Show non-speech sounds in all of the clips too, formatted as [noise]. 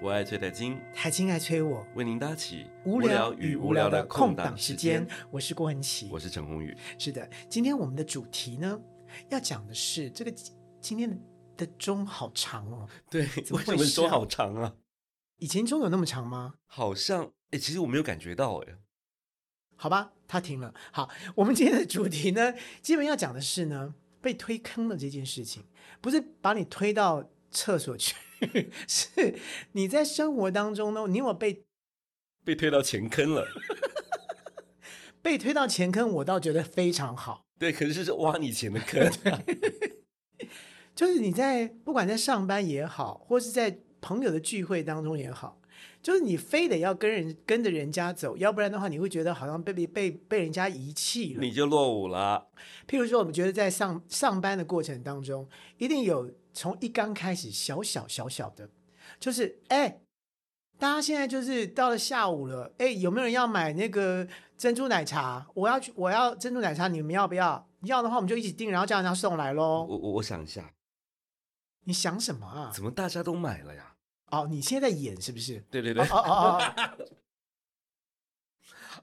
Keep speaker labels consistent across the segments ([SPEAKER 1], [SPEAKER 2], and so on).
[SPEAKER 1] 我爱崔太金，
[SPEAKER 2] 台青爱催我，
[SPEAKER 1] 为您搭起
[SPEAKER 2] 无聊与无聊的空档时间，我是郭文琪
[SPEAKER 1] 我。是陈宏宇。
[SPEAKER 2] 是的，今天我们的主题呢，要讲的是这个今天的钟好长哦。
[SPEAKER 1] 对，[laughs] 为
[SPEAKER 2] 么会
[SPEAKER 1] 什么
[SPEAKER 2] 是
[SPEAKER 1] 手
[SPEAKER 2] 啊
[SPEAKER 1] 好长啊？
[SPEAKER 2] 以前钟有那么长吗？
[SPEAKER 1] 好像哎、其实我没有感觉到哎、
[SPEAKER 2] 好吧，他停了。好，我们今天的主题呢， [laughs] 基本要讲的是呢，被推坑的这件事情，不是把你推到厕所去， [laughs] 是你在生活当中呢，你有没有被
[SPEAKER 1] 被推到前坑
[SPEAKER 2] [laughs]
[SPEAKER 1] 了。
[SPEAKER 2] 被推到前坑，我倒觉得非常好。
[SPEAKER 1] 对，可是是挖你钱的坑啊。
[SPEAKER 2] 就是你在不管在上班也好，或是在朋友的聚会当中也好，就是你非得要跟人跟着人家走，要不然的话，你会觉得好像被被被被人家遗弃了。
[SPEAKER 1] 你就落伍了。
[SPEAKER 2] 譬如说，我们觉得在上上班的过程当中，一定有从一刚开始小小小小的，就是哎、大家现在就是到了下午了，哎、有没有人要买那个珍珠奶茶？我要去，我要珍珠奶茶，你们要不要？要的话，我们就一起订，然后叫人家送来
[SPEAKER 1] 我
[SPEAKER 2] 喽。
[SPEAKER 1] 我我想一下，
[SPEAKER 2] 你想什么啊？
[SPEAKER 1] 怎么大家都买了呀？
[SPEAKER 2] 哦，你现在在演是
[SPEAKER 1] [laughs]
[SPEAKER 2] 不是？
[SPEAKER 1] 对对对
[SPEAKER 2] 哦，哦哦
[SPEAKER 1] [laughs]
[SPEAKER 2] 哦，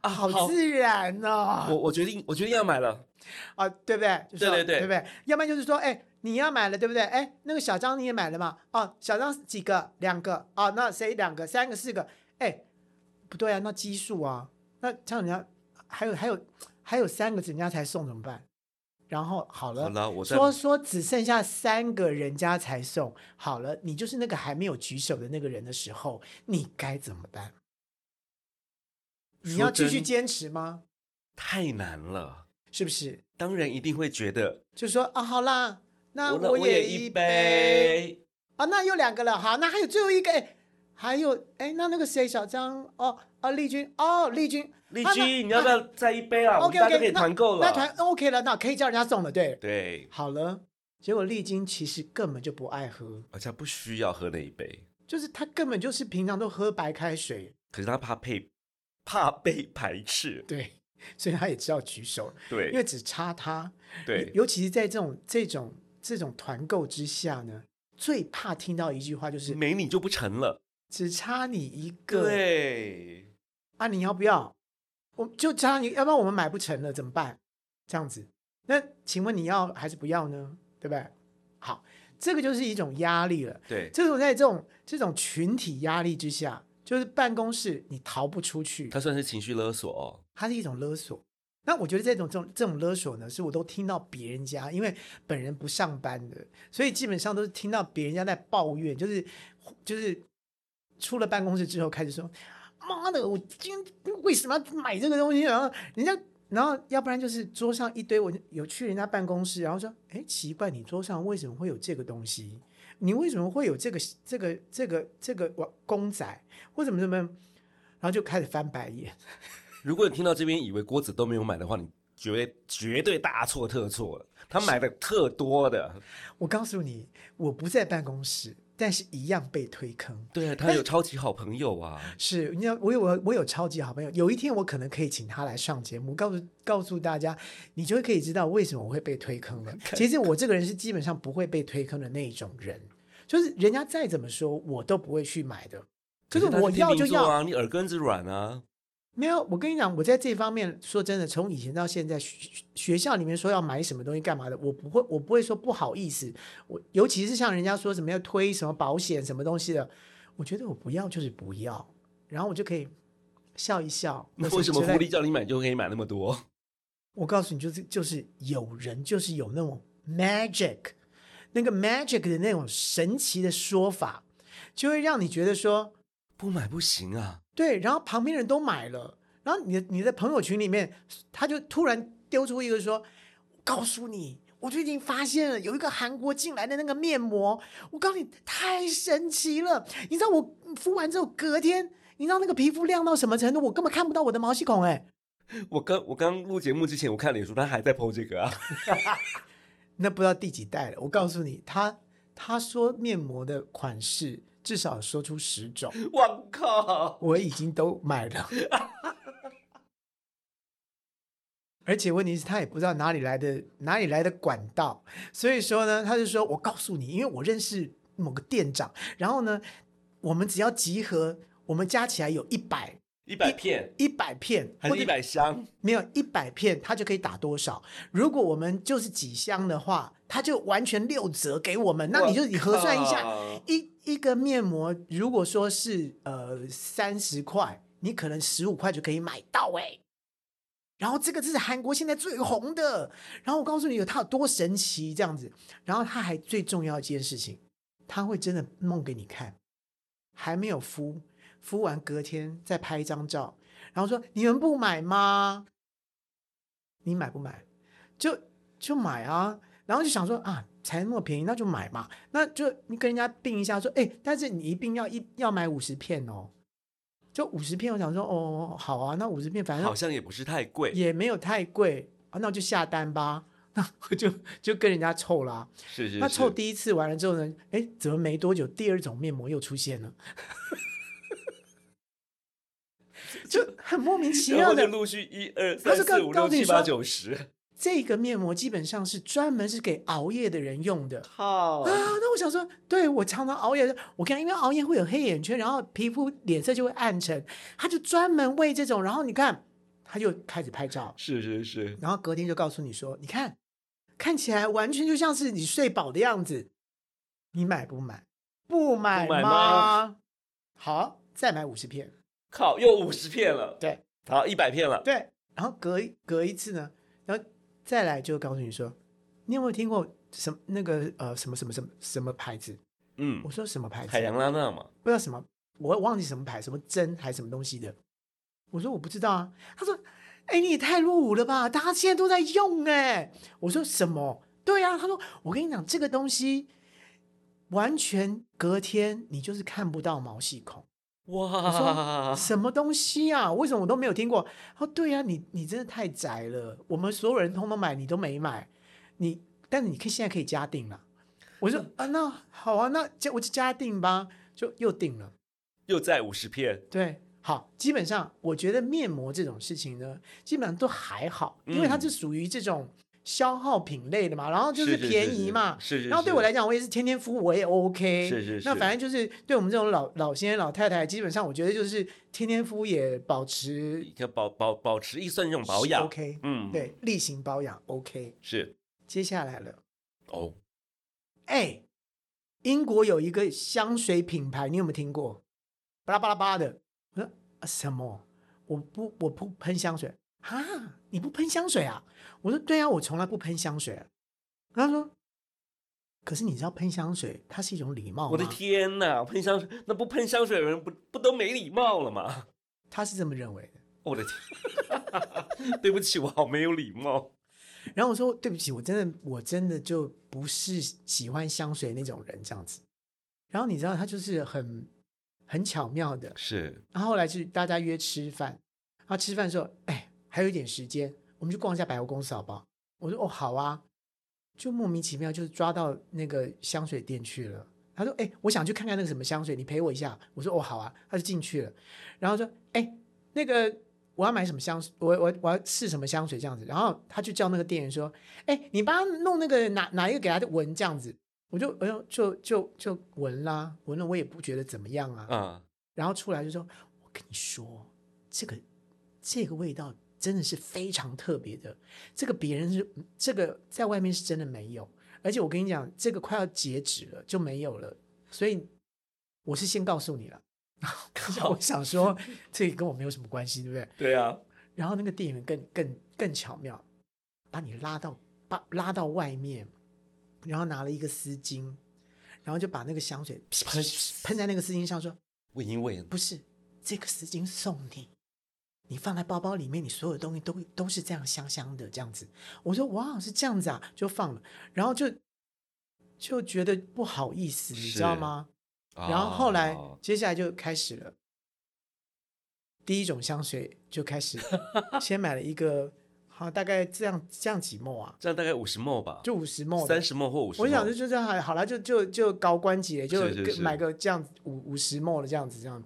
[SPEAKER 1] 啊，
[SPEAKER 2] 好自然
[SPEAKER 1] 我
[SPEAKER 2] 哦！
[SPEAKER 1] 我决定，我决定要买了。
[SPEAKER 2] 啊，对不对？就说
[SPEAKER 1] 对对对
[SPEAKER 2] 对不对？要不然就是说，哎，你要买了，对不对？哎，那个小张你也买了嘛？哦，小张几个？两个哦，那谁两个？三个？四个？哎，不对啊，那奇数啊，那像人家还有还有还有三个人家才送怎么办？然后好了，
[SPEAKER 1] 好了我再
[SPEAKER 2] 说说只剩下三个人家才送，好了，你就是那个还没有举手的那个人的时候，你该怎么办？你要继续
[SPEAKER 1] 说真
[SPEAKER 2] 坚持吗？
[SPEAKER 1] 太难了。
[SPEAKER 2] 是不是？
[SPEAKER 1] 当然一定会觉得，
[SPEAKER 2] 就说啊，好啦，那
[SPEAKER 1] 我
[SPEAKER 2] 我
[SPEAKER 1] 也
[SPEAKER 2] 一杯
[SPEAKER 1] 杯。
[SPEAKER 2] 啊，那又两个了，好，那还有最后一个，哎，还有哎，那那个谁，小张哦，啊，丽君哦，丽君，
[SPEAKER 1] 丽
[SPEAKER 2] 啊那
[SPEAKER 1] 君，你要不要再一杯啊？我们
[SPEAKER 2] OK
[SPEAKER 1] 大家
[SPEAKER 2] OK，
[SPEAKER 1] 可以团购
[SPEAKER 2] 那团
[SPEAKER 1] 了。
[SPEAKER 2] OK 了，那可以叫人家送了，对，
[SPEAKER 1] 对，
[SPEAKER 2] 好了。结果丽君其实根本就不爱喝，
[SPEAKER 1] 而且他不需要喝那一杯，
[SPEAKER 2] 就是她根本就是平常都喝白开水，
[SPEAKER 1] 可是他怕被怕被排斥。
[SPEAKER 2] 对，所以她也只好举手，因为
[SPEAKER 1] 对
[SPEAKER 2] 只差她。
[SPEAKER 1] 对，
[SPEAKER 2] 尤其是在这种这种这种团购之下呢，最怕听到一句话就是
[SPEAKER 1] 没你就不成了。
[SPEAKER 2] 只差你一个。
[SPEAKER 1] 对，
[SPEAKER 2] 啊，你要不要？我就差你，要不然我们买不成了怎么办？这样子，那请问你要还是不要呢？对不对？好，这个就是一种压力了。
[SPEAKER 1] 对，
[SPEAKER 2] 这种在这种这种群体压力之下，就是办公室你逃不出去，
[SPEAKER 1] 他算是情绪勒索哦。
[SPEAKER 2] 它是一种勒索。那我觉得这种这种这种勒索呢，是我都听到别人家，因为本人不上班的，所以基本上都是听到别人家在抱怨，就是就是出了办公室之后开始说：“妈的，我今天为什么要买这个东西？”然后人家，然后要不然就是桌上一堆，我有去人家办公室，然后说：“哎，奇怪，你桌上为什么会有这个东西？你为什么会有这个这个这个这个我公仔？或怎么怎么？”然后就开始翻白眼。
[SPEAKER 1] 如果你听到这边以为郭子都没有买的话，你绝对绝对大错特错了。他买的特多的，
[SPEAKER 2] 我告诉你，我不在办公室，但是一样被推坑。
[SPEAKER 1] 对啊，他有超级好朋友啊。
[SPEAKER 2] 是，你知道，我有我有超级好朋友，有一天我可能可以请他来上节目，告诉告诉大家，你就会可以知道为什么我会被推坑了。其实我这个人是基本上不会被推坑的那一种人，就是人家再怎么说，我都不会去买的。就是
[SPEAKER 1] 他
[SPEAKER 2] 我
[SPEAKER 1] 天
[SPEAKER 2] 要
[SPEAKER 1] 秤
[SPEAKER 2] 就
[SPEAKER 1] 座
[SPEAKER 2] 要，
[SPEAKER 1] 啊，你耳根子软啊。
[SPEAKER 2] 没有，我跟你讲，我在这方面说真的，从以前到现在，学学校里面说要买什么东西干嘛的，我不会，我不会说不好意思。我尤其是像人家说什么要推什么保险什么东西的，我觉得我不要就是不要，然后我就可以笑一笑。
[SPEAKER 1] 那
[SPEAKER 2] 或
[SPEAKER 1] 为
[SPEAKER 2] 者
[SPEAKER 1] 什么
[SPEAKER 2] 之类
[SPEAKER 1] 狐狸叫你买就可以买那么多？
[SPEAKER 2] 我告诉你，就是就是有人就是有那种 magic，那个 magic 的那种神奇的说法，就会让你觉得说，
[SPEAKER 1] 不买不行 [laughs] 啊！
[SPEAKER 2] 对，然后旁边人都买了，然后你的你的朋友群里面，他就突然丢出一个说：“告诉你，我最近发现了有一个韩国进来的那个面膜，我告诉你太神奇了！你知道我敷完之后隔天，你知道那个皮肤亮到什么程度？我根本看不到我的毛细孔哎、
[SPEAKER 1] 我刚我刚录节目之前，我看脸书，他还在 PO 这个啊。 [laughs]
[SPEAKER 2] 那不知道第几代了。我告诉你，他他说面膜的款式至少说出十种，
[SPEAKER 1] 我靠！
[SPEAKER 2] 我已经都买了。 [laughs] 而且问题是，他也不知道哪里来的哪里来的管道，所以说呢，他就说我告诉你，因为我认识某个店长，然后呢，我们只要集合，我们加起来有一百
[SPEAKER 1] 一百片
[SPEAKER 2] 一百片，
[SPEAKER 1] 还
[SPEAKER 2] 或
[SPEAKER 1] 是
[SPEAKER 2] 者
[SPEAKER 1] 一百箱？
[SPEAKER 2] 没有一百片，它就可以打多少？如果我们就是几箱的话，它就完全六折给我们。那你就
[SPEAKER 1] 我
[SPEAKER 2] 你核算一下，
[SPEAKER 1] 靠，
[SPEAKER 2] 一一个面膜如果说是呃三十块，你可能十五块就可以买到哎、然后这个是韩国现在最红的，然后我告诉你有它有多神奇这样子，然后它还最重要一件事情，它会真的弄给你看，还没有敷，敷完隔天再拍一张照，然后说你们不买吗？你买不买？就就买啊，然后就想说啊，才那么便宜，那就买嘛。那就你跟人家并一下说，哎、但是你一并要一要买五十片哦，就五十片。我想说，哦，好啊，那五十片反正
[SPEAKER 1] 好像也不是太贵，
[SPEAKER 2] 也没有太贵啊，那我就下单吧。 [laughs] 那我就就跟人家凑啦、
[SPEAKER 1] 是是
[SPEAKER 2] 那凑
[SPEAKER 1] 是。
[SPEAKER 2] 第一次完了之后呢，哎，怎么没多久第二种面膜又出现了？ [laughs] 就很莫名其
[SPEAKER 1] 然
[SPEAKER 2] 妙
[SPEAKER 1] 后就
[SPEAKER 2] 的，
[SPEAKER 1] 陆续一二
[SPEAKER 2] 他
[SPEAKER 1] 三
[SPEAKER 2] 就
[SPEAKER 1] 四
[SPEAKER 2] 告
[SPEAKER 1] 五
[SPEAKER 2] 告
[SPEAKER 1] 六
[SPEAKER 2] 诉你
[SPEAKER 1] 七八
[SPEAKER 2] 说
[SPEAKER 1] 九十，
[SPEAKER 2] 这个面膜基本上是专门是给熬夜的人用的。
[SPEAKER 1] 靠！
[SPEAKER 2] 啊，那我想说，对我常常熬夜，我跟你讲因为熬夜会有黑眼圈，然后皮肤脸色就会暗沉，他就专门为这种，然后你看他就开始拍照，
[SPEAKER 1] [laughs] 是是是，
[SPEAKER 2] 然后隔天就告诉你说，你看看起来完全就像是你睡饱的样子，你买不买？不买
[SPEAKER 1] 不买
[SPEAKER 2] 吗？好，再买五十片，
[SPEAKER 1] 靠，又五十片了，
[SPEAKER 2] 对
[SPEAKER 1] 好，一百片了，
[SPEAKER 2] 对，然后隔一隔一次呢，然后再来就告诉你说，你有没有听过什么那个呃什么什么什么什么牌子？
[SPEAKER 1] 嗯
[SPEAKER 2] 我，说什么牌子？啊
[SPEAKER 1] 海洋拉娜嘛，
[SPEAKER 2] 不知道什么，我忘记什么牌，什么针还是什么东西的。我说我不知道啊。他说：“哎、你也太落伍了吧，大家现在都在用哎、我说：“什么？”对啊，他说：“我跟你讲，这个东西完全隔天你就是看不到毛细孔，
[SPEAKER 1] 哇，
[SPEAKER 2] 什么东西啊？为什么我都没有听过？”他说：“对啊，你你真的太宅了，我们所有人通通买，你都没买，你但是你可以现在可以加订了。”我说：“啊，那好啊，那加我就加订吧，就又订了。”
[SPEAKER 1] 又在五十片，
[SPEAKER 2] 对，好，基本上我觉得面膜这种事情呢，基本上都还好，因为它
[SPEAKER 1] 嗯
[SPEAKER 2] 是属于这种消耗品类的嘛，然后 [laughs] 就是便宜嘛。
[SPEAKER 1] 是是是。
[SPEAKER 2] 然后对我来讲，我也是天天敷，我也 OK。
[SPEAKER 1] 是是是
[SPEAKER 2] 那反正就是对我们这种老老先生、老太太，基本上我觉得就是天天敷也保持
[SPEAKER 1] 要保保保持一算这种保养，
[SPEAKER 2] OK，
[SPEAKER 1] 嗯，，
[SPEAKER 2] 对，例行保养 OK。
[SPEAKER 1] 是
[SPEAKER 2] 接下来了，
[SPEAKER 1] 哦，
[SPEAKER 2] 哎，英国有一个香水品牌，你有没有听过？巴拉巴拉巴拉的。我说、啊、什么？我不我不喷香水啊！你不喷香水啊？我说对啊，我从来不喷香水。他说，可是你知道喷香水它是一种礼貌吗？
[SPEAKER 1] 我的，天呐，喷香水那不喷香水的人不不都没礼貌了吗？
[SPEAKER 2] 他是这么认为的。
[SPEAKER 1] 我的天， [laughs] 对不起，我好没有礼貌。
[SPEAKER 2] 然后我说对不起，我真的我真的就不是喜欢香水那种人这样子。然后你知道他就是很很巧妙的，
[SPEAKER 1] 是
[SPEAKER 2] 然后后来是大家约吃饭，然后吃饭的时候，哎，还有一点时间，我们去逛一下百货公司好不好？我说哦，好啊，就莫名其妙就是抓到那个香水店去了。他说：“哎、我想去看看那个什么香水，你陪我一下。”我说：“哦，好啊。”他就进去了，然后说：“哎、那个我要买什么香水，我我我要试什么香水这样子。”然后他就叫那个店员说：“哎、你帮他弄那个哪哪一个给他闻这样子。”我就哎呦，就就就闻啦，闻了我也不觉得怎么样啊。
[SPEAKER 1] 啊，
[SPEAKER 2] 然后出来就说：“我跟你说，这个这个味道真的是非常特别的，这个别人是这个在外面是真的没有，而且我跟你讲，这个快要截止了就没有了，所以我是先告诉你了。我想说，这个跟我没有什么关系，对不对？
[SPEAKER 1] 对啊，
[SPEAKER 2] 然后那个店员更更更巧妙，把你拉到把拉到外面，然后拿了一个丝巾，然后就把那个香水
[SPEAKER 1] 喷
[SPEAKER 2] 喷在那个丝巾上，说。”
[SPEAKER 1] 闻一闻，
[SPEAKER 2] 不是，这个丝巾送你，你放在包包里面，你所有东西都都是这样香香的这样子。我说哇，是这样子啊，就放了，然后就就觉得不好意思，你知道
[SPEAKER 1] 是
[SPEAKER 2] 吗？然后后来
[SPEAKER 1] 哦
[SPEAKER 2] 接下来就开始了，第一种香水就开始，先买了一个，好大概这样这样几沫啊，
[SPEAKER 1] 这样大概五十沫吧，
[SPEAKER 2] 就五十沫，
[SPEAKER 1] 三十沫或五十。
[SPEAKER 2] 我想就就这样哎好了，就就就高关节，就是
[SPEAKER 1] 是
[SPEAKER 2] 跟
[SPEAKER 1] 是
[SPEAKER 2] 买个这样子五五十 ml 的这样子这样。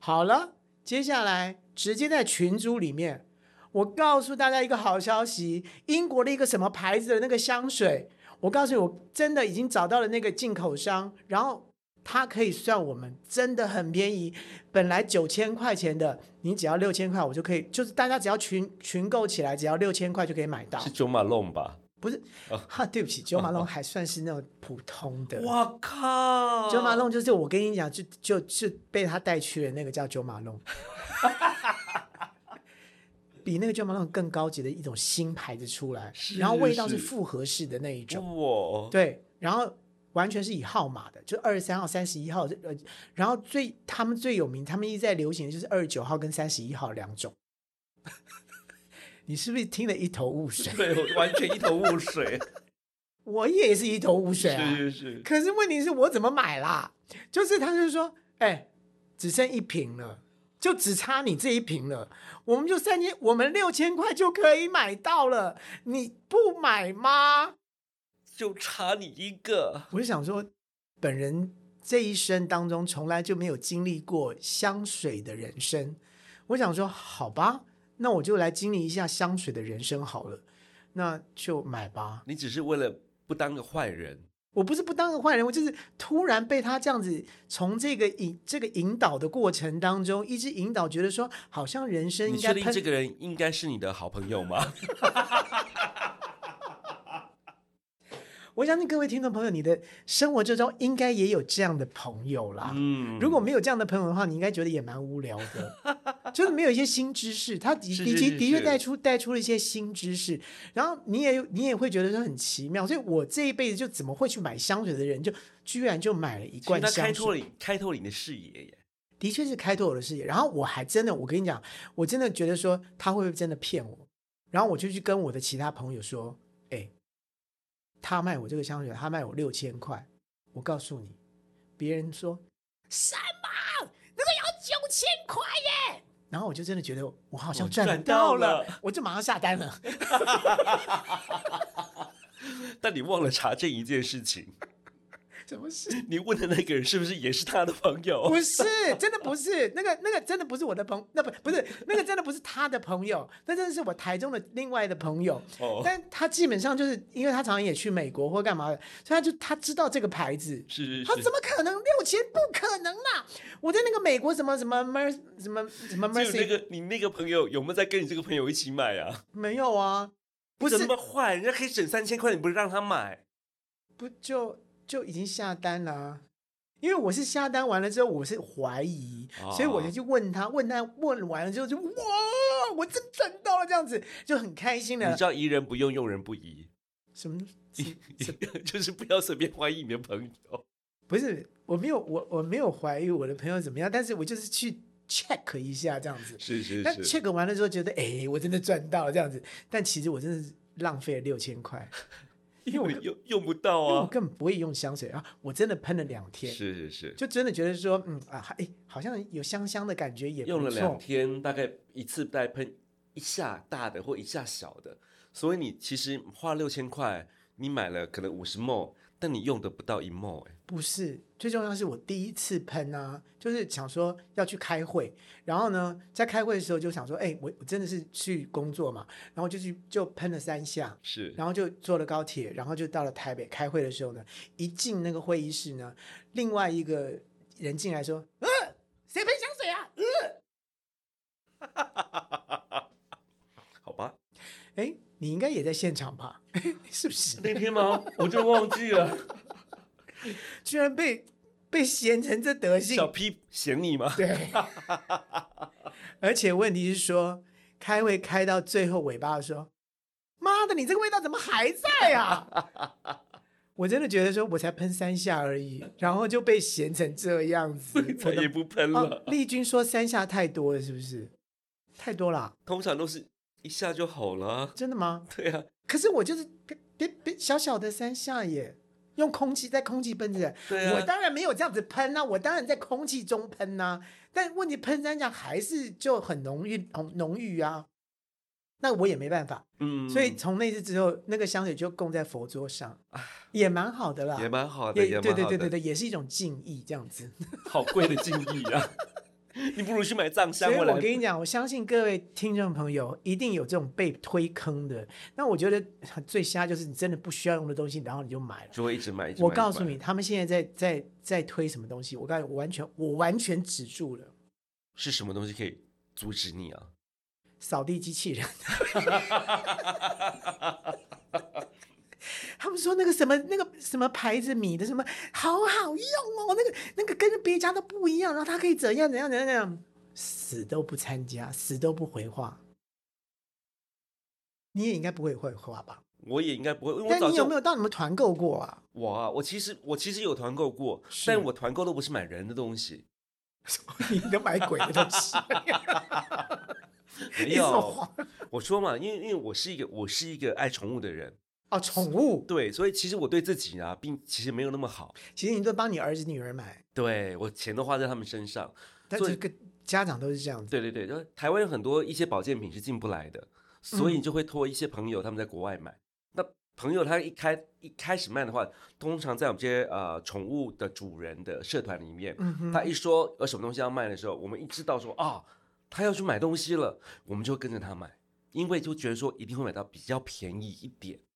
[SPEAKER 2] 好了，接下来直接在群组里面，我告诉大家一个好消息：英国的一个什么牌子的那个香水，我告诉你，我真的已经找到了那个进口商，然后它可以算我们真的很便宜，本来九千块钱的，你只要六千块，我就可以，就是大家只要群群购起来，只要六千块就可以买到
[SPEAKER 1] 是。九马弄吧？
[SPEAKER 2] 不是，哈、对不起，九马
[SPEAKER 1] 哦
[SPEAKER 2] 龙还算是那种普通的。
[SPEAKER 1] 我靠
[SPEAKER 2] 九马龙就是我跟你讲，就就就被他带去的那个叫九马龙， [laughs] 比那个九马龙更高级的一种新牌子出来，
[SPEAKER 1] 是
[SPEAKER 2] 然后味道是
[SPEAKER 1] 是
[SPEAKER 2] 复合式的那一种，
[SPEAKER 1] 哇！
[SPEAKER 2] 对，然后完全是以号码的，就二十三号、三十一号，呃，然后最他们最有名，他们一直在流行的就是二十九号跟三十一号两种。 [laughs] 你是不是听得一头雾水？ [laughs]
[SPEAKER 1] 对，我完全一头雾 [laughs] 水。
[SPEAKER 2] 我也是一头雾水啊。
[SPEAKER 1] 是是是，
[SPEAKER 2] 可是问题是我怎么买啦？就是他就说，哎、只剩一瓶了，就只差你这一瓶了，我们就三千，我们六千块就可以买到了，你不买吗？
[SPEAKER 1] 就差你一个。
[SPEAKER 2] 我就想说，本人这一生当中从来就没有经历过香水的人生，我想说，好吧，那我就来经历一下香水的人生好了，那就买吧。
[SPEAKER 1] 你只是为了不当个坏人，
[SPEAKER 2] 我不是不当个坏人，我就是突然被他这样子从这个引这个引导的过程当中，一直引导，觉得说好像人生
[SPEAKER 1] 你
[SPEAKER 2] 应该
[SPEAKER 1] 确定
[SPEAKER 2] 喷
[SPEAKER 1] 这个人应该是你的好朋友
[SPEAKER 2] [laughs]
[SPEAKER 1] 吗？
[SPEAKER 2] 我相信各位听众朋友，你的生活之中应该也有这样的朋友啦。
[SPEAKER 1] 嗯，
[SPEAKER 2] 如果没有这样的朋友的话，你应该觉得也蛮无聊的，
[SPEAKER 1] [laughs]
[SPEAKER 2] 就是没有一些新知识。他的
[SPEAKER 1] 是
[SPEAKER 2] 的
[SPEAKER 1] 是
[SPEAKER 2] 确
[SPEAKER 1] 是
[SPEAKER 2] 的确
[SPEAKER 1] 是
[SPEAKER 2] 带出带出了一些新知识，然后你也有你也会觉得说很奇妙。所以我这一辈子就怎么会去买香水的人，就居然就买了一
[SPEAKER 1] 其实
[SPEAKER 2] 罐
[SPEAKER 1] 他
[SPEAKER 2] 香
[SPEAKER 1] 开
[SPEAKER 2] 水。
[SPEAKER 1] 拓了你开拓了你的视野耶。
[SPEAKER 2] 的确是开拓我的视野。然后我还真的，我跟你讲，我真的觉得说他会不会真的骗我？然后我就去跟我的其他朋友说，哎，他卖我这个香水，他卖我六千块。我告诉你，别人说什么那个要九千块耶。然后我就真的觉得我好像
[SPEAKER 1] 我
[SPEAKER 2] 赚
[SPEAKER 1] 赚
[SPEAKER 2] 到
[SPEAKER 1] 到
[SPEAKER 2] 了，
[SPEAKER 1] 了
[SPEAKER 2] 我就马上下单了。 [laughs]
[SPEAKER 1] 但你忘了查证一件事情，
[SPEAKER 2] 什么事？
[SPEAKER 1] 你问的那个人是不是也是他的朋友？
[SPEAKER 2] 不是，真的不是，那个那个真的不是我的朋，那不不是那个真的不是他的朋友，那真的是我台中的另外的朋友。
[SPEAKER 1] 哦，
[SPEAKER 2] 但他基本上就是因为他常常也去美国或干嘛的，所以他就他知道这个牌子。
[SPEAKER 1] 是是
[SPEAKER 2] 他
[SPEAKER 1] 是
[SPEAKER 2] 怎，么可能六千？不可能啦！我在那个美国什么什么 mer 什么什么
[SPEAKER 1] 就
[SPEAKER 2] mercy、
[SPEAKER 1] 那个你那个朋友有没有在跟你这个朋友一起买啊？
[SPEAKER 2] 没有啊，不是
[SPEAKER 1] 怎么坏，人家可以省三千块，你不是让他买？
[SPEAKER 2] 不就就已经下单了啊、因为我是下单完了之后，我是怀疑，
[SPEAKER 1] 哦
[SPEAKER 2] 所以我就去问他，问他问完了之后就哇，我真赚到了，这样子就很开心
[SPEAKER 1] 你
[SPEAKER 2] 的
[SPEAKER 1] 知。道疑人不用，用人不疑， [laughs]
[SPEAKER 2] 什么？什么
[SPEAKER 1] 就是不要随便怀疑你的朋友。
[SPEAKER 2] 不是，我没有，我我没有怀疑我的朋友怎么样，但是我就是去 check 一下这样子。
[SPEAKER 1] 是是
[SPEAKER 2] 但 check 完了之后觉得，哎、我真的赚到了这样子，但其实我真的是浪费了六千块，
[SPEAKER 1] [laughs] 因为用用不到
[SPEAKER 2] 因为我
[SPEAKER 1] 啊。
[SPEAKER 2] 根本不会用香水啊，我真的喷了两天，
[SPEAKER 1] 是是是，
[SPEAKER 2] 就真的觉得说，嗯啊，哎、好像有香香的感觉也
[SPEAKER 1] 用
[SPEAKER 2] 不
[SPEAKER 1] 了两
[SPEAKER 2] 错。
[SPEAKER 1] 天，大概一次再喷一下大的或一下小的，所以你其实花六千块，你买了可能五十 ml，但你用的不到一 ml，哎，
[SPEAKER 2] 不是，最重要的是我第一次喷啊，就是想说要去开会，然后呢，在开会的时候就想说，哎、我我真的是去工作嘛，然后就去就喷了三下，
[SPEAKER 1] 是
[SPEAKER 2] 然后就坐了高铁，然后就到了台北开会的时候呢，一进那个会议室呢，另外一个人进来说：“呃，谁喷香水啊？”呃
[SPEAKER 1] 好吧？
[SPEAKER 2] 哎，你应该也在现场吧？ [laughs] 是不是？
[SPEAKER 1] 那天吗？我就忘记了，
[SPEAKER 2] 居然被被嫌成这德
[SPEAKER 1] [laughs]
[SPEAKER 2] 性
[SPEAKER 1] 小，P 嫌你吗？
[SPEAKER 2] 对。而且问题是说，开会开到最后尾巴的时候，妈的，你这个味道怎么还在啊？我真的觉得说，我才喷三下而已，然后就被嫌成这样子， [laughs] 我
[SPEAKER 1] 再
[SPEAKER 2] 的
[SPEAKER 1] 也不喷
[SPEAKER 2] 哦
[SPEAKER 1] 了，，
[SPEAKER 2] 丽君说三下太多了，是不是？太多了啊、
[SPEAKER 1] 通常都是一下就好了啊。 [laughs]
[SPEAKER 2] 真的吗？
[SPEAKER 1] 对啊，
[SPEAKER 2] 可是我就是别别别小小的三下耶，用空气在空气喷着。
[SPEAKER 1] 对啊
[SPEAKER 2] 我当然没有这样子喷呐、啊我当然在空气中喷呐、但问题喷三下还是就很浓郁浓浓郁啊。那我也没办法，
[SPEAKER 1] 嗯，
[SPEAKER 2] 所以从那次之后，那个香水就供在佛桌上，也蛮好的啦。
[SPEAKER 1] 啊也蛮好的，
[SPEAKER 2] 也
[SPEAKER 1] 也蛮好
[SPEAKER 2] 对
[SPEAKER 1] 的，
[SPEAKER 2] 对对对对，也是一种敬意这样子。
[SPEAKER 1] 好贵的敬意啊！ [laughs] 你不如去买藏
[SPEAKER 2] 所
[SPEAKER 1] 香
[SPEAKER 2] 以
[SPEAKER 1] 回来
[SPEAKER 2] 我。跟你讲，我相信各位听众朋友一定有这种被推坑的。那我觉得最瞎就是你真的不需要用的东西，然后你就买了。
[SPEAKER 1] 就会一直买，一直买
[SPEAKER 2] 我告诉，
[SPEAKER 1] 一直买
[SPEAKER 2] 你，他们现在在在在推什么东西？我告诉你，我完全我完全止住了。
[SPEAKER 1] 是什么东西可以阻止你
[SPEAKER 2] [laughs]
[SPEAKER 1] 啊？
[SPEAKER 2] 扫地机器人。 [laughs] 他们说那个什么那个什么牌子米的什么好好用哦，那个那个跟别家都不一样，然后它可以怎样怎样怎样怎样，死都不参加，死都不回话。你也应该不会回话吧？
[SPEAKER 1] 我也应该不会，因为我早
[SPEAKER 2] 但你
[SPEAKER 1] 就
[SPEAKER 2] 有没有到你们团购过啊？ [laughs]
[SPEAKER 1] 我啊，我其实我其实有团购过，
[SPEAKER 2] 是
[SPEAKER 1] 但我团购都不是买人的东西，
[SPEAKER 2] 你都买鬼的东
[SPEAKER 1] [laughs]
[SPEAKER 2] 西，
[SPEAKER 1] 没
[SPEAKER 2] [laughs] 你怎么
[SPEAKER 1] 有。
[SPEAKER 2] 花
[SPEAKER 1] 我说嘛，因为因为我是一个我是一个爱宠物的人，
[SPEAKER 2] 哦，宠物，
[SPEAKER 1] 对，所以其实我对自己啊，并其实没有那么好，
[SPEAKER 2] 其实你都帮你儿子女儿买，
[SPEAKER 1] 对我钱都花在他们身上。
[SPEAKER 2] 但
[SPEAKER 1] 所以
[SPEAKER 2] 这个家长都是这样子，
[SPEAKER 1] 对对对，就是台湾有很多一些保健品是进不来的，所以
[SPEAKER 2] 嗯
[SPEAKER 1] 就会托一些朋友他们在国外买。那朋友他一开一开始卖的话，通常在我们这些呃宠物的主人的社团里面，
[SPEAKER 2] 嗯哼，
[SPEAKER 1] 他一说有什么东西要卖的时候，我们一知道说啊他要去买东西了，我们就会跟着他买，因为就觉得说一定会买到比较便宜一点。 [laughs]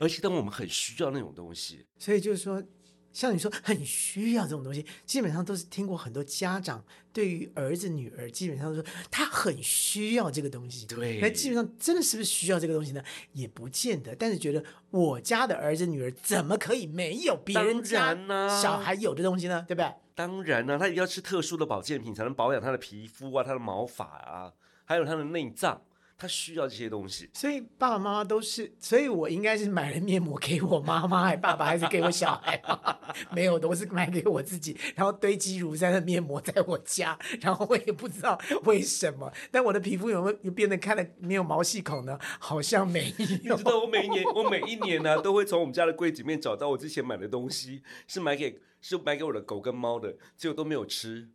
[SPEAKER 1] 而且，当我们很需要那种东西，
[SPEAKER 2] 所以就是说，像你说很需要这种东西，基本上都是听过很多家长对于儿子女儿，基本上都说他很需要这个东西。
[SPEAKER 1] 对
[SPEAKER 2] 那基本上真的是不是需要这个东西呢？也不见得，但是觉得我家的儿子女儿怎么可以没有别人家
[SPEAKER 1] 当然啦
[SPEAKER 2] 小孩有的东西呢？对不对？
[SPEAKER 1] 当然呢、他一定要吃特殊的保健品才能保养他的皮肤啊、他的毛发啊，还有他的内脏，他需要这些东
[SPEAKER 2] [laughs]
[SPEAKER 1] 西。
[SPEAKER 2] 所以爸爸妈妈都是，所以我应该是买了面膜给我妈妈，还爸爸，还是给我小孩吗？没有的，我是买给我自己，然后堆积如山的面膜在我家，然后我也不知道为什么， [laughs] 但我的皮肤有没有变得看了没有毛细孔呢？好像没
[SPEAKER 1] 你
[SPEAKER 2] 有
[SPEAKER 1] 知。道我每一年， [laughs] 我每一年呢、都会从我们家的柜子里面找到我之前买的东西，是买给是买给我的狗跟猫的，结果都没有吃。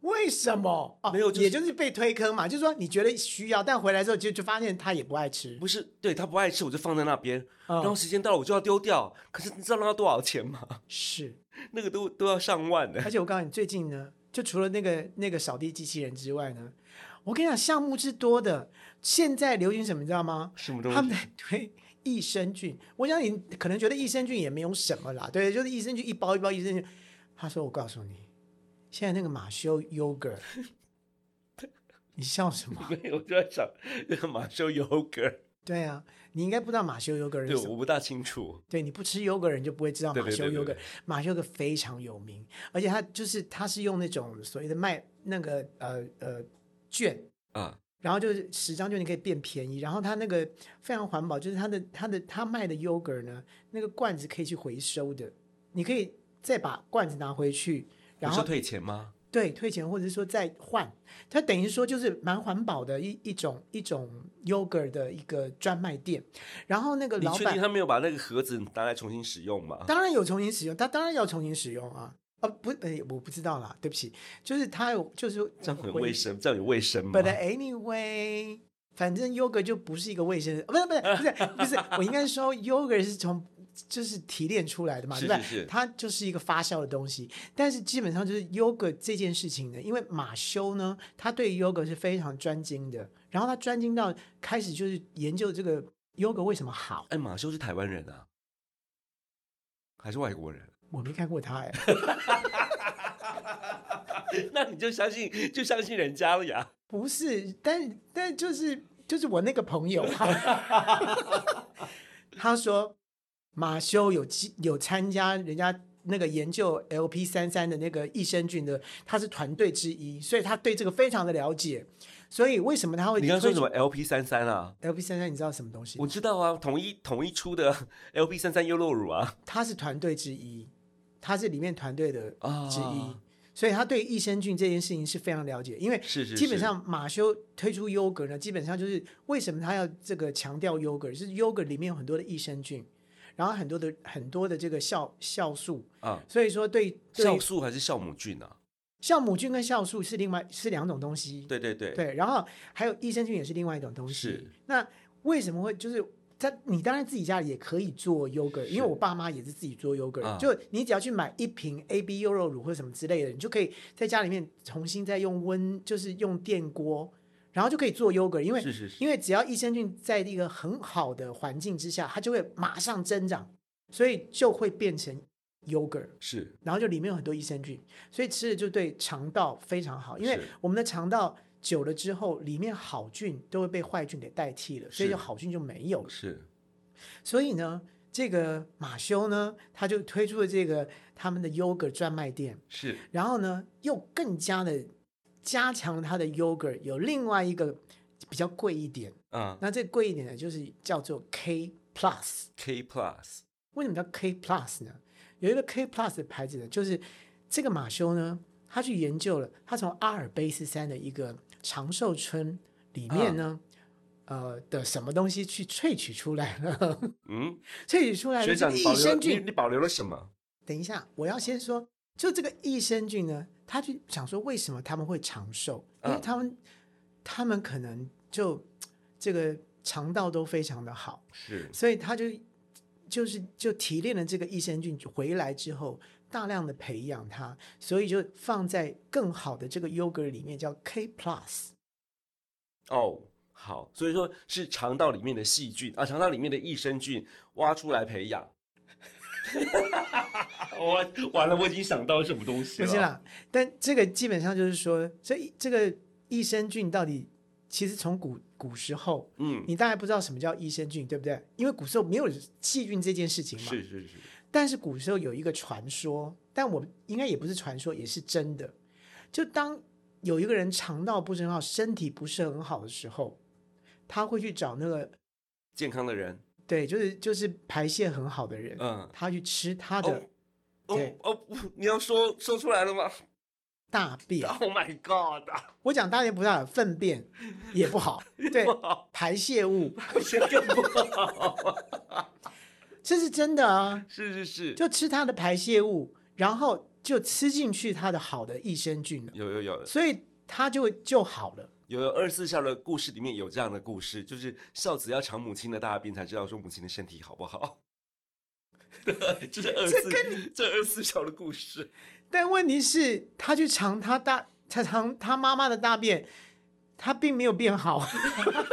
[SPEAKER 2] 为什么？哦
[SPEAKER 1] 没有就是
[SPEAKER 2] 也就是被推坑嘛，就是说你觉得需要，但回来之后就就发现他也不爱吃。
[SPEAKER 1] 不是，对它不爱吃，我就放在那边，
[SPEAKER 2] 嗯
[SPEAKER 1] 然后时间到了我就要丢掉。可是你知道那要多少钱吗？ [laughs]
[SPEAKER 2] 是，
[SPEAKER 1] 那个都都要上万 [laughs] 的
[SPEAKER 2] 而。且我告诉你，最近呢，就除了那个那个扫地机器人之外呢，我跟你讲，项目之多的，现在流行什么，你知道吗？
[SPEAKER 1] 什么东
[SPEAKER 2] 他们
[SPEAKER 1] 西
[SPEAKER 2] 在？推益生菌。我想你可能觉得益生菌也没有什么啦，对，就是益生菌一包一包益生菌。他说：“我告诉你，现在那个马修
[SPEAKER 1] [laughs]
[SPEAKER 2] yogurt，你笑什么？
[SPEAKER 1] [laughs] 没有，我就在想那个马修油格，
[SPEAKER 2] 对啊，你应该不知道马修 yogurt
[SPEAKER 1] 对，
[SPEAKER 2] 是什么。”
[SPEAKER 1] 我不大清楚。
[SPEAKER 2] 对你不吃 yogurt 人就不会知道
[SPEAKER 1] 对
[SPEAKER 2] 马
[SPEAKER 1] 对
[SPEAKER 2] 修
[SPEAKER 1] 对对
[SPEAKER 2] yogurt，
[SPEAKER 1] 对
[SPEAKER 2] 马修 yogurt 非常有名，而且它就是它是用那种所谓的卖那个呃呃券，
[SPEAKER 1] 啊，
[SPEAKER 2] 然后就是十张券你可以变便宜，然后它那个非常环保，就是它的它的它卖的 yogurt 呢，那个罐子可以去回收的，你可以再把罐子拿回去，然
[SPEAKER 1] 你
[SPEAKER 2] 后
[SPEAKER 1] 说退钱吗？
[SPEAKER 2] 对退钱或者是说再换，它等于说就是蛮环保的一一种一种 yogurt 的一个专卖店，然后那个
[SPEAKER 1] 你
[SPEAKER 2] 老
[SPEAKER 1] 确
[SPEAKER 2] 板
[SPEAKER 1] 定他没有把那个盒子拿来重新使用吗？
[SPEAKER 2] 当然有重新使用，他当然要重新使用啊。啊不，呃，我不知道啦，对不起，就是他有，就是
[SPEAKER 1] 这样很卫生，这样有卫生吗？
[SPEAKER 2] But anyway，反正 yogurt 就不是一个卫生，不是不是不是不是，我应该说 yogurt 是从就是提炼出来的嘛，
[SPEAKER 1] 是
[SPEAKER 2] 对吧？
[SPEAKER 1] 是是
[SPEAKER 2] 它就是一个发酵的东西，但是基本上就是 yogurt 这件事情呢，因为马修呢，他对 yogurt 是非常专精的，然后他专精到开始就是研究这个 yogurt 为什么好。
[SPEAKER 1] 哎，马修是台湾人啊，还是外国人？ [laughs]
[SPEAKER 2] 我没看过他哎，
[SPEAKER 1] 那你就相信，就相信人家了呀。
[SPEAKER 2] 不是，但但就是就是我那个朋友啊， [laughs] 他说马修有记有参加人家那个研究 LP 三三的那个益生菌的，他是团队之一，所以他对这个非常的了解。所以为什么他会
[SPEAKER 1] 你刚刚说
[SPEAKER 2] 哦推
[SPEAKER 1] 什么 LP 三三啊？
[SPEAKER 2] LP 三三？你知道什么东西吗
[SPEAKER 1] 我？知道啊，统一统一出的 LP 三三优酪乳啊
[SPEAKER 2] 他是团队之一，他是里面团队的
[SPEAKER 1] 啊
[SPEAKER 2] 之一。所以他对益生菌这件事情是非常了解，因为
[SPEAKER 1] 是是
[SPEAKER 2] 基本
[SPEAKER 1] 是
[SPEAKER 2] 上马修推出 yogurt 呢，基本上就是为什么他要这个强调 yogurt，就是 yogurt 里面有很多的益生菌，然后很多的很多的这个酵酵素，
[SPEAKER 1] 啊，
[SPEAKER 2] 所以说对对
[SPEAKER 1] 酵素还是酵母菌啊？
[SPEAKER 2] 酵母菌跟酵素是另外是两种东西，
[SPEAKER 1] 对对对，
[SPEAKER 2] 对，然后还有益生菌也是另外一种东西
[SPEAKER 1] 是。
[SPEAKER 2] 那为什么会就是他你当然自己家里也可以做 yogurt，因为我爸妈也是自己做 yogurt，、
[SPEAKER 1] 啊
[SPEAKER 2] 就你只要去买一瓶 A B 优酪乳或什么之类的，你就可以在家里面重新再用温，就是用电锅，然后就可以做 yogurt，因为
[SPEAKER 1] 是是是，
[SPEAKER 2] 因为只要益生菌在一个很好的环境之下，它就会马上增长，所以就会变成 yogurt，
[SPEAKER 1] 是
[SPEAKER 2] 然后就里面有很多益生菌，所以吃了就对肠道非常好，因为
[SPEAKER 1] 是
[SPEAKER 2] 我们的肠道。久了之后，里面好菌都会被坏菌给代替了，所以
[SPEAKER 1] 是
[SPEAKER 2] 就好菌就没有了。
[SPEAKER 1] 是
[SPEAKER 2] 所以呢，这个马修呢，他就推出了这个他们的 yogurt 专卖店，
[SPEAKER 1] 是
[SPEAKER 2] 然后呢，又更加的加强了他的 yogurt，有另外一个比较贵一点，
[SPEAKER 1] 啊
[SPEAKER 2] 那这贵一点呢，就是叫做 K Plus。
[SPEAKER 1] ，K Plus
[SPEAKER 2] 为什么叫 K Plus 呢？有一个 K Plus 的牌子呢，就是这个马修呢，他去研究了，他从阿尔卑斯山的一个长寿村里面呢，
[SPEAKER 1] 啊
[SPEAKER 2] 呃的什么东西去萃取出来了。 [laughs]
[SPEAKER 1] 嗯，
[SPEAKER 2] 萃取出来
[SPEAKER 1] 学
[SPEAKER 2] 的
[SPEAKER 1] 长你
[SPEAKER 2] 这益
[SPEAKER 1] 保留
[SPEAKER 2] 生
[SPEAKER 1] 了你
[SPEAKER 2] 菌。
[SPEAKER 1] 你保留了什么？
[SPEAKER 2] 等一下，我要先说，就这个益生菌呢，他就想说为什么他们会长寿，因为
[SPEAKER 1] 嗯
[SPEAKER 2] 他们、他们可能就这个肠道都非常的好，
[SPEAKER 1] 是
[SPEAKER 2] 所以他就就是就提炼了这个益生菌回来之后。大量的培养它，所以就放在更好的这个 yogurt 里面，叫 K Plus。
[SPEAKER 1] 哦，好，所以说是肠道里面的细菌啊，肠道里面的益生菌挖出来培养。 [laughs] 我完了，我已经想到什么东西
[SPEAKER 2] 不
[SPEAKER 1] 了？
[SPEAKER 2] 是啦，但这个基本上就是说，这这个益生菌到底其实从古古时候
[SPEAKER 1] 嗯，
[SPEAKER 2] 你大概不知道什么叫益生菌，对不对？因为古时候没有细菌这件事情嘛。
[SPEAKER 1] 是是是，
[SPEAKER 2] 但是古时候有一个传说，但我应该也不是传说，也是真的。就当有一个人肠道不是很好，身体不是很好的时候，他会去找那个
[SPEAKER 1] 健康的人，
[SPEAKER 2] 对，就是就是排泄很好的人，
[SPEAKER 1] 嗯，
[SPEAKER 2] 他去吃他的
[SPEAKER 1] 哦
[SPEAKER 2] 对
[SPEAKER 1] 哦，不你要说说出来了吗
[SPEAKER 2] 大便。
[SPEAKER 1] ？Oh my
[SPEAKER 2] [laughs]
[SPEAKER 1] god！
[SPEAKER 2] 我讲大便不大，粪便也不
[SPEAKER 1] [laughs]
[SPEAKER 2] 好，对
[SPEAKER 1] 不，好，
[SPEAKER 2] 排泄物
[SPEAKER 1] 先更不好。
[SPEAKER 2] 这是真的啊。
[SPEAKER 1] [laughs] 是是是，
[SPEAKER 2] 就吃它的排泄物，然后就吃进去它的好的益生菌了，
[SPEAKER 1] 有有有
[SPEAKER 2] 所以它就就好了。
[SPEAKER 1] 有有，二十四孝的故事里面有这样的故事，就是孝子要尝母亲的大便才知道说母亲的身体好不好。 [laughs] 对，这是二十四，这二十四孝的故事。
[SPEAKER 2] 但问题是，他去尝他大，他尝他妈妈的大便，他并没有变好。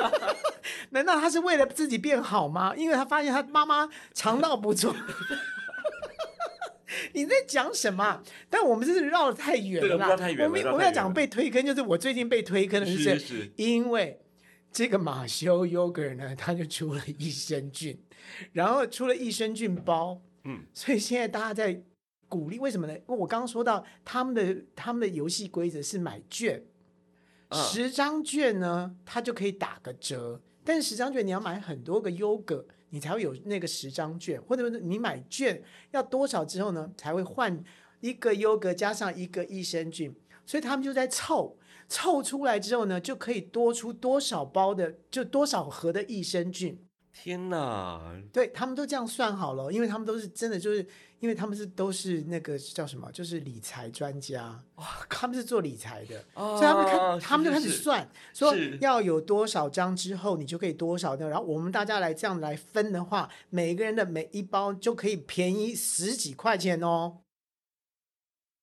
[SPEAKER 2] [laughs] 难道他是为了自己变好吗？因为他发现他妈妈肠道不错。 [laughs] 你在讲什么啊？但我们真是绕得太远
[SPEAKER 1] 对
[SPEAKER 2] 了啦。
[SPEAKER 1] 我们绕太远了
[SPEAKER 2] 我们
[SPEAKER 1] 绕太
[SPEAKER 2] 我们要
[SPEAKER 1] 远
[SPEAKER 2] 讲
[SPEAKER 1] 了
[SPEAKER 2] 被推坑，就是我最近被推坑的是
[SPEAKER 1] 是
[SPEAKER 2] 这
[SPEAKER 1] 是，
[SPEAKER 2] 因为这个马修 yogurt 呢，它就出了益生菌，然后出了益生菌包，
[SPEAKER 1] 嗯，
[SPEAKER 2] 所以现在大家在鼓励，为什么呢？因为我刚刚说到他们的他们的游戏规则是买券，
[SPEAKER 1] 嗯
[SPEAKER 2] 十张券呢，它就可以打个折，但是十张券你要买很多个 yogurt。你才会有那个十张券，或者是你买券要多少之后呢，才会换一个优格加上一个益生菌，所以他们就在凑，凑出来之后呢，就可以多出多少包的，就多少盒的益生菌。
[SPEAKER 1] 天哪，
[SPEAKER 2] 对他们都这样算好了，因为他们都是真的，就是因为他们是都是那个叫什么，就是理财专家，他们是做理财的，
[SPEAKER 1] 啊
[SPEAKER 2] 所以他们看，
[SPEAKER 1] 是
[SPEAKER 2] 他们就是开始
[SPEAKER 1] 是
[SPEAKER 2] 算，
[SPEAKER 1] 是
[SPEAKER 2] 说要有多少张之后，你就可以多少的。然后我们大家来这样来分的话，每个人的每一包就可以便宜十几块钱哦。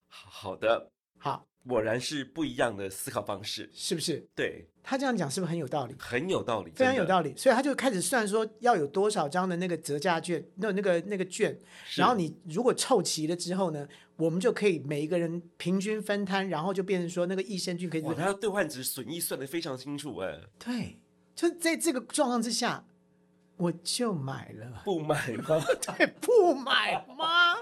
[SPEAKER 1] 好好的，
[SPEAKER 2] 好，
[SPEAKER 1] 果然是不一样的思考方式。
[SPEAKER 2] 是不是？
[SPEAKER 1] 对，
[SPEAKER 2] 他这样讲是不是很有道理？
[SPEAKER 1] 很有道理，
[SPEAKER 2] 非常有
[SPEAKER 1] 理。
[SPEAKER 2] 道理，所以他就开始算说要有多少张的那个折价券，那那个那个券，
[SPEAKER 1] 是
[SPEAKER 2] 然后你如果凑齐了之后呢，我们就可以每一个人平均分摊，然后就变成说那个益生菌可以
[SPEAKER 1] 哇，他的兑换值损益算得非常清楚哎， [laughs]
[SPEAKER 2] 对，就在这个状况之下，我就买了，
[SPEAKER 1] 不买吗？
[SPEAKER 2] 对， [laughs] 不买吗？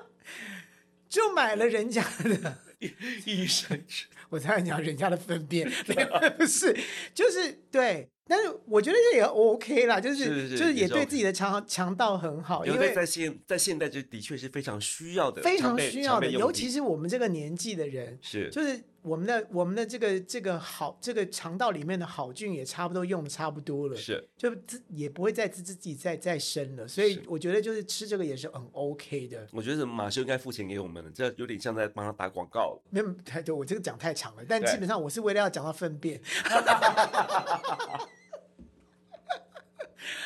[SPEAKER 2] 就买了人家的， [laughs]
[SPEAKER 1] 益生菌
[SPEAKER 2] 我才然讲人家的粪便，
[SPEAKER 1] [laughs]
[SPEAKER 2] 不是，就是对，但是我觉得这也 OK 啦，就是
[SPEAKER 1] 是是
[SPEAKER 2] 就是
[SPEAKER 1] 也
[SPEAKER 2] 也
[SPEAKER 1] 是
[SPEAKER 2] 对
[SPEAKER 1] OK
[SPEAKER 2] 自己的肠肠道很好， [laughs] 因
[SPEAKER 1] 因
[SPEAKER 2] 为
[SPEAKER 1] 为在现在现代这的确是非常需要的，
[SPEAKER 2] 非
[SPEAKER 1] 常
[SPEAKER 2] 常
[SPEAKER 1] 被
[SPEAKER 2] 需
[SPEAKER 1] 常
[SPEAKER 2] 要的，
[SPEAKER 1] 被用
[SPEAKER 2] 尤
[SPEAKER 1] 地
[SPEAKER 2] 其是我们这个年纪的人，
[SPEAKER 1] 是
[SPEAKER 2] 就是我们的我们的这个这个好这个肠道里面的好菌也差不多用得差不多了，
[SPEAKER 1] 是
[SPEAKER 2] 就自也不会再自自己再再生了，所以
[SPEAKER 1] 是
[SPEAKER 2] 我觉得就是吃这个也是很 OK 的。
[SPEAKER 1] 我觉得马修应该付钱给我们了，这有点像在帮他打广告了。
[SPEAKER 2] 没有太多，我这个讲太长了，但
[SPEAKER 1] 对
[SPEAKER 2] 基本上我是为了要讲到粪便。 [laughs]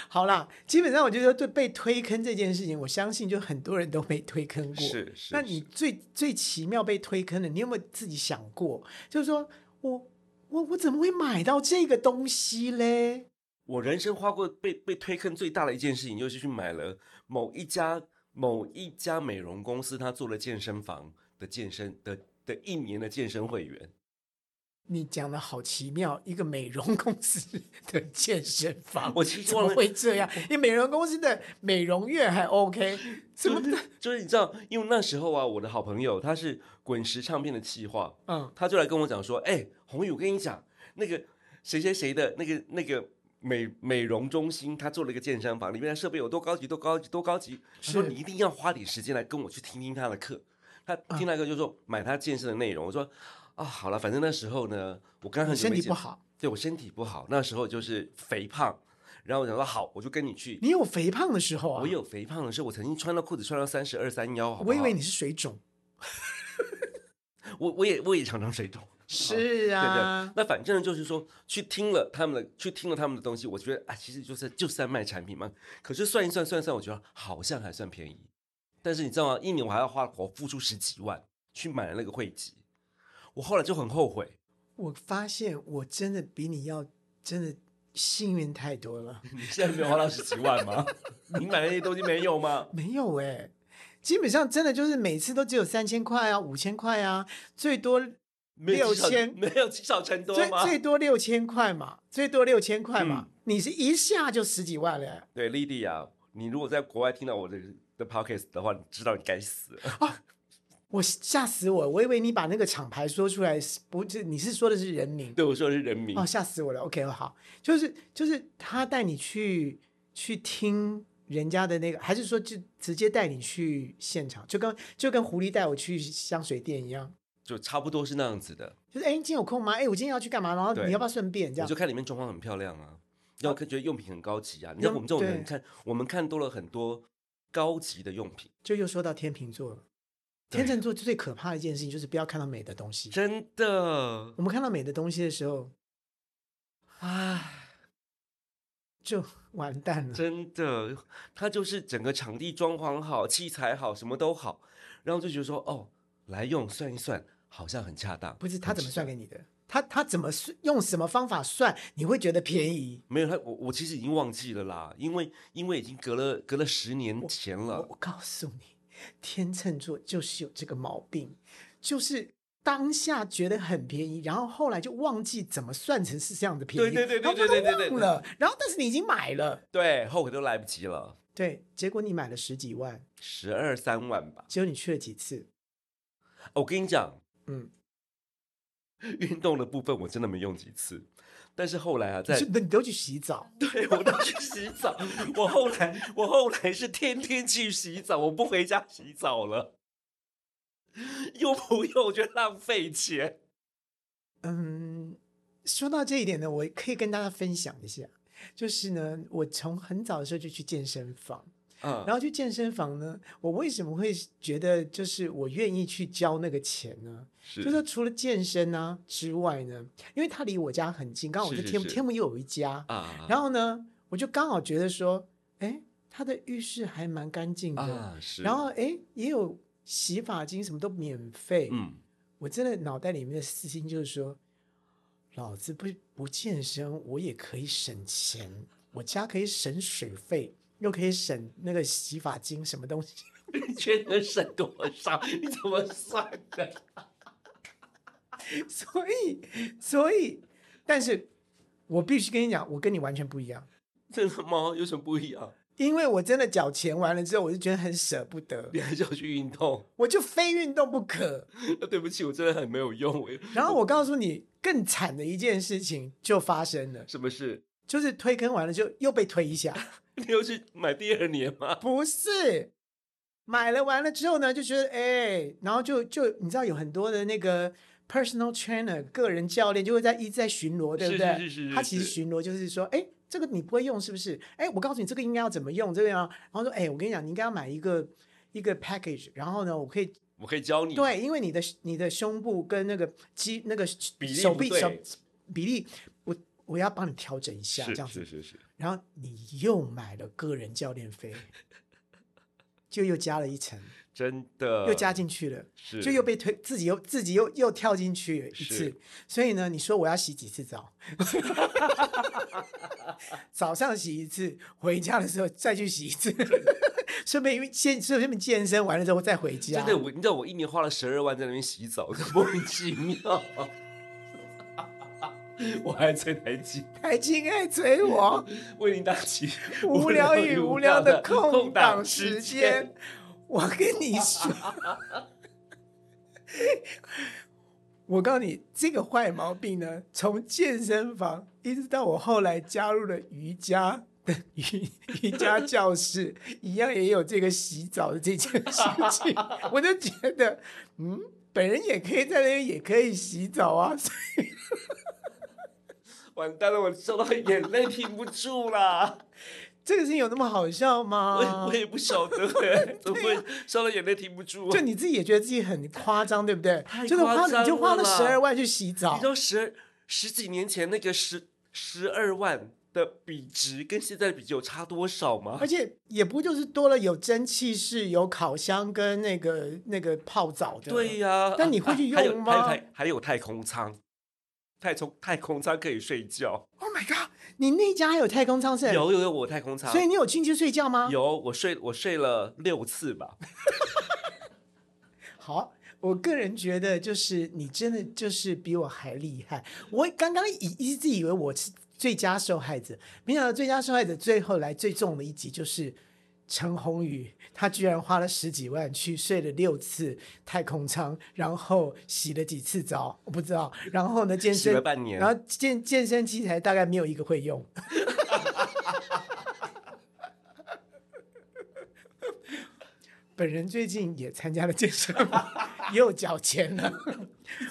[SPEAKER 2] 好啦，基本上我觉得对被推坑这件事情，我相信就很多人都被推坑过。
[SPEAKER 1] 是是。
[SPEAKER 2] 那你
[SPEAKER 1] 是
[SPEAKER 2] 最最奇妙被推坑的，你有没有自己想过？就是说我我我怎么会买到这个东西嘞？
[SPEAKER 1] 我人生花过被被推坑最大的一件事情，就是去买了某一家某一家美容公司，他做了健身房的健身的的一年的健身会员。
[SPEAKER 2] 你讲的好奇妙，一个美容公司的健身房，
[SPEAKER 1] 我其实
[SPEAKER 2] 啊怎么
[SPEAKER 1] 忘了
[SPEAKER 2] 会这样？因为美容公司的美容院还 OK，怎么
[SPEAKER 1] 就是就是你知道，因为那时候啊，我的好朋友他是滚石唱片的企划，
[SPEAKER 2] 嗯
[SPEAKER 1] 他就来跟我讲说：“哎、宏宇，我跟你讲，那个谁谁谁的那个那个美美容中心，他做了一个健身房，里面的设备有多高级，多高级，多高级。他说
[SPEAKER 2] 是
[SPEAKER 1] 你一定要花点时间来跟我去听听他的课。他
[SPEAKER 2] 嗯
[SPEAKER 1] 听那个就说买他健身的内容。我说啊，好了，反正那时候呢，我刚很久
[SPEAKER 2] 身
[SPEAKER 1] 没
[SPEAKER 2] 体
[SPEAKER 1] 健
[SPEAKER 2] 不，好？
[SPEAKER 1] 对我身体不好，那时候就是肥胖。然后我想说好，我就跟你去。
[SPEAKER 2] 你有肥胖的时候啊？
[SPEAKER 1] 我，有肥胖的时候，我曾经穿到裤子穿到三十二三腰，好不
[SPEAKER 2] 我以为
[SPEAKER 1] 好
[SPEAKER 2] 你是水肿。
[SPEAKER 1] 我我也我也常常水肿。”
[SPEAKER 2] 是
[SPEAKER 1] 对对
[SPEAKER 2] 啊，，
[SPEAKER 1] 那反正就是说，去听了他们的，去听了他们的东西，我觉得啊，其实就是就是在卖产品嘛。可是算一算算一算，我觉得好像还算便宜。但是你知道吗？一年我还要花我付出十几万去买了那个会籍，我后来就很后悔。 [laughs]
[SPEAKER 2] 我发现我真的比你要真的幸运太多了。
[SPEAKER 1] 你现在没有花到十几万吗？ [laughs] 你买那些东西没有吗？
[SPEAKER 2] 没有哎、基本上真的就是每次都只有三千块啊，五千块啊，最多
[SPEAKER 1] 没有
[SPEAKER 2] 六
[SPEAKER 1] 积少
[SPEAKER 2] 千
[SPEAKER 1] 没有积少成多
[SPEAKER 2] 最
[SPEAKER 1] 吗？嗯
[SPEAKER 2] 最多六千块嘛，最多六千块嘛。你是一下就十几万了欸、
[SPEAKER 1] 对，莉莉亚，你如果在国外听到我的的 podcast 的话，你知道你该死。
[SPEAKER 2] 我吓死我！我以为你把那个厂牌说出来，是不是你是说的是人
[SPEAKER 1] [laughs]
[SPEAKER 2] 名
[SPEAKER 1] 对我说的是人民
[SPEAKER 2] 哦，吓死我了。OK，好，就是就是他带你去去听人家的那个，还是说就直接带你去现场，就跟就跟狐狸带我去香水店一样，就
[SPEAKER 1] 就差不多是那样子的。
[SPEAKER 2] 是哎，你今天有空吗？哎，我今天要去干嘛？然后
[SPEAKER 1] 对
[SPEAKER 2] 你要不要顺便这
[SPEAKER 1] 我
[SPEAKER 2] 样哦
[SPEAKER 1] 就？看里面装潢很漂亮啊，然后看觉得用品很高级啊。你知道
[SPEAKER 2] 用
[SPEAKER 1] 我们这种人
[SPEAKER 2] 对
[SPEAKER 1] 看，我们看多了很多高级的用品，
[SPEAKER 2] 就又说到天秤座了。
[SPEAKER 1] 对
[SPEAKER 2] 天秤座最可怕的一件事情就是不要看到美的东西。
[SPEAKER 1] 真的
[SPEAKER 2] 我，们看到美的东西的时候，
[SPEAKER 1] 唉，
[SPEAKER 2] 就完蛋了。
[SPEAKER 1] 真的，它就是整个场地装潢好，器材好，什么都好，然后就觉得说，哦，来用算一算，好像很恰当。
[SPEAKER 2] 不是他
[SPEAKER 1] 很
[SPEAKER 2] 怎么
[SPEAKER 1] 值
[SPEAKER 2] 算
[SPEAKER 1] 得？
[SPEAKER 2] 给你的？他他怎么算？用什么方法算？你会觉得便宜？
[SPEAKER 1] 没有他，我我其实已经忘记了啦，因为因为已经隔了隔了十年前
[SPEAKER 2] 我
[SPEAKER 1] 了。
[SPEAKER 2] 我告诉你，天秤座就是有这个毛病，就是当下觉得很便宜，然后后来就忘记怎么算成是这样的便宜，
[SPEAKER 1] 对对对对
[SPEAKER 2] 然后他都
[SPEAKER 1] 对对对对
[SPEAKER 2] 忘了。然后但是你已经买了，
[SPEAKER 1] 对，后悔都来不及了，
[SPEAKER 2] 对，结果你买了十几万，
[SPEAKER 1] 十二三万吧。哦
[SPEAKER 2] 结果你去了几次？
[SPEAKER 1] 我跟你讲，
[SPEAKER 2] 嗯，
[SPEAKER 1] 运动的部分我真的没用几次，但是 [laughs] 后来啊，在
[SPEAKER 2] 就你都去洗澡，
[SPEAKER 1] 对我都去洗澡，我后来我后来是天天去洗澡，我不回家洗澡了，用不用我觉得浪费钱。
[SPEAKER 2] 嗯，说到这一点呢，我可以跟大家分享一下，就是呢，我从很早的时候就去健身房，
[SPEAKER 1] 嗯，
[SPEAKER 2] 然后去健身房呢，我为什么会觉得就是我愿意去交那个钱呢？
[SPEAKER 1] 是
[SPEAKER 2] 就是说除了健身啊之外呢，因为它离我家很近，刚好我
[SPEAKER 1] 是
[SPEAKER 2] 在
[SPEAKER 1] 是
[SPEAKER 2] 天
[SPEAKER 1] 是
[SPEAKER 2] 天母也有一家，
[SPEAKER 1] 啊
[SPEAKER 2] 然后呢，我就刚好觉得说，哎，它的浴室还蛮干净的，
[SPEAKER 1] 啊是，
[SPEAKER 2] 然后哎也有洗发精，什么都免费，
[SPEAKER 1] 嗯，
[SPEAKER 2] 我真的脑袋里面的私心就是说，老子不不健身，我也可以省钱，我家可以省水费，又可以省那个洗发精什么东西。
[SPEAKER 1] 你觉得省多少？你怎么算的？
[SPEAKER 2] [laughs] 所以，所以，但是我必须跟你讲，我跟你完全不一样，
[SPEAKER 1] 真的吗？有什么不一样？
[SPEAKER 2] 因为我真的缴钱完了之后，我就觉得很舍不得，
[SPEAKER 1] 你还是要去运动？
[SPEAKER 2] 我就非运动不可。
[SPEAKER 1] 对不起，我真的很没有用。我
[SPEAKER 2] 然后我告诉你，更惨的一件事情就发生了，
[SPEAKER 1] 什么事？
[SPEAKER 2] 就是推坑完了就又被推一下。
[SPEAKER 1] 你又去买第二年吗？
[SPEAKER 2] 不是，买了完了之后呢，就觉得哎、然后就就你知道有很多的那个 personal trainer 个人教练就会在一直在巡逻，对不
[SPEAKER 1] 是
[SPEAKER 2] 对？
[SPEAKER 1] 是是是
[SPEAKER 2] 他
[SPEAKER 1] 是
[SPEAKER 2] 其实
[SPEAKER 1] 是
[SPEAKER 2] 巡逻就是说，哎、这个你不会用是不是？哎、我告诉你这个应该要怎么用，这个要，然后说，哎、我跟你讲，你应该要买一个一个 package，然后呢，我可以
[SPEAKER 1] 我可以教你。
[SPEAKER 2] 对，因为你的你的胸部跟那个肌那个
[SPEAKER 1] 比例
[SPEAKER 2] 手
[SPEAKER 1] 不
[SPEAKER 2] 臂
[SPEAKER 1] 对
[SPEAKER 2] 手比例，我我要帮你调整一下，
[SPEAKER 1] 是
[SPEAKER 2] 这样子。
[SPEAKER 1] 是是是，
[SPEAKER 2] 然后你又买了个人教
[SPEAKER 1] [laughs]
[SPEAKER 2] 练费，就又加了一层，
[SPEAKER 1] 真的
[SPEAKER 2] 又加进去了。
[SPEAKER 1] 呃是
[SPEAKER 2] 就又被推，自己又自己又又跳进去了一次
[SPEAKER 1] 是，
[SPEAKER 2] 所以呢，你说我要洗几次澡？ [laughs] 早上洗一次，回家的时候再去洗一次， [laughs] 顺便因为健顺便健身完了之后再回家。
[SPEAKER 1] 真的，我你知道我一年花了十二万在那边洗澡， [laughs] 莫名其妙。我还吹台机，
[SPEAKER 2] 台青爱追
[SPEAKER 1] [laughs]
[SPEAKER 2] 我，
[SPEAKER 1] 为您搭起
[SPEAKER 2] 无聊与无聊的空档
[SPEAKER 1] 档
[SPEAKER 2] 时间。。我跟你说， [laughs] 我告诉你，这个坏毛病呢，从健身房一直到我后来加入了瑜伽的瑜瑜伽教室，一样也有这个洗澡的这件事情，我就觉得，嗯，本人也可以在那边也可以洗澡啊，所以
[SPEAKER 1] 完蛋了，我笑到眼泪停不住
[SPEAKER 2] [laughs]
[SPEAKER 1] 啦！
[SPEAKER 2] 这个事情有那么好笑吗？
[SPEAKER 1] 我也我也不晓
[SPEAKER 2] [laughs]
[SPEAKER 1] 得、欸，怎么会笑到眼泪停不住、
[SPEAKER 2] 就
[SPEAKER 1] 啊？
[SPEAKER 2] 你自己也觉得自己很夸张，对不对？
[SPEAKER 1] 太
[SPEAKER 2] 就是
[SPEAKER 1] 夸
[SPEAKER 2] 花
[SPEAKER 1] 张
[SPEAKER 2] 你就花
[SPEAKER 1] 了
[SPEAKER 2] 了
[SPEAKER 1] 啦
[SPEAKER 2] 十二万去洗
[SPEAKER 1] 你
[SPEAKER 2] 澡
[SPEAKER 1] 知，道十十几年前那个十十二万的比值跟现在的比值有差多少吗
[SPEAKER 2] 而？且也不就是多了有蒸汽室、有烤箱跟那个那个泡澡的。
[SPEAKER 1] 对呀、啊
[SPEAKER 2] 但你会去
[SPEAKER 1] 还
[SPEAKER 2] 用
[SPEAKER 1] 有还有
[SPEAKER 2] 吗
[SPEAKER 1] 太还有太空舱，太空太空舱可以睡觉。
[SPEAKER 2] ，Oh my god！你那家还有太空舱是？
[SPEAKER 1] 有有有，我太空舱。
[SPEAKER 2] 所以你有进去睡觉吗？。
[SPEAKER 1] 有我睡我睡了六次吧。
[SPEAKER 2] 好，我个人觉得就是你真的就是比我还厉害。我刚刚以一直以为我是最佳受害者，没想到最佳受害者最后来最重的一集就是。陈鸿宇，他居然花了十几万去睡了六次太空舱，然后洗了几次澡，我不知道。然后呢，健
[SPEAKER 1] 洗
[SPEAKER 2] 身
[SPEAKER 1] 了半年
[SPEAKER 2] 然后健健身器材大概没有一个会用。 [laughs] 本人最近也参加了健身房，也有缴钱了。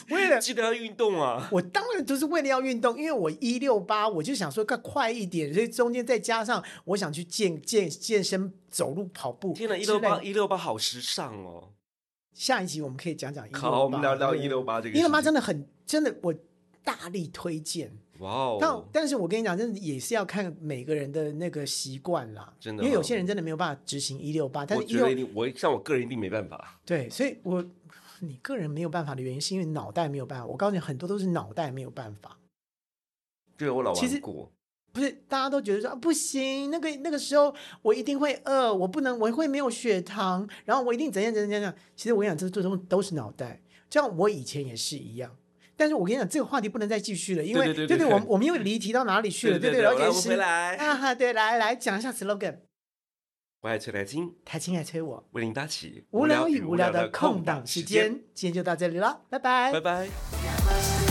[SPEAKER 2] 为了
[SPEAKER 1] 记得要运动啊！
[SPEAKER 2] 我当然都是为了要运动，因为我一六八，我就想说更快一点，所以中间再加上我想去健健健身、走路、跑步。
[SPEAKER 1] 天哪，一六八！一六八好时尚哦。
[SPEAKER 2] 下一集我们可以讲讲一六八。
[SPEAKER 1] 好，我们聊聊一六八这个事
[SPEAKER 2] 一
[SPEAKER 1] 情。
[SPEAKER 2] 六八真的很真的，我大力推荐。
[SPEAKER 1] 哇哦！
[SPEAKER 2] 但但是我跟你讲，真的也是要看每个人的那个习惯啦，
[SPEAKER 1] 真的
[SPEAKER 2] 因为有
[SPEAKER 1] 哦
[SPEAKER 2] 些人真的没有办法执行一六八，但
[SPEAKER 1] 我
[SPEAKER 2] 是一
[SPEAKER 1] 觉得一
[SPEAKER 2] 六
[SPEAKER 1] 定，我像我个人一定没办法。
[SPEAKER 2] 对，所以我你个人没有办法的原因是因为脑袋没有办法。我告诉你，很多都是脑袋没有办法。
[SPEAKER 1] 对我老
[SPEAKER 2] 其实
[SPEAKER 1] 玩过，
[SPEAKER 2] 不是大家都觉得说、啊、不行，那个那个时候我一定会饿，我不能，我会没有血糖，然后我一定怎样怎样怎样。其实我跟你讲，这这种都是脑袋。就像我以前也是一样，但是我跟你讲，这个话题不能再继续了，因为
[SPEAKER 1] 对对对对
[SPEAKER 2] 我们我们又离题到哪里去了，
[SPEAKER 1] 对
[SPEAKER 2] 对
[SPEAKER 1] 对，
[SPEAKER 2] 了
[SPEAKER 1] 来我
[SPEAKER 2] 解
[SPEAKER 1] 们
[SPEAKER 2] 是
[SPEAKER 1] 回来。
[SPEAKER 2] 啊哈，对，来来讲一下 slogan，
[SPEAKER 1] 我爱崔台金，
[SPEAKER 2] 台青来催我，
[SPEAKER 1] 为您搭起
[SPEAKER 2] 无聊与无聊的空档时，间，今天就到这里了，拜拜
[SPEAKER 1] 拜拜。
[SPEAKER 3] 「それでも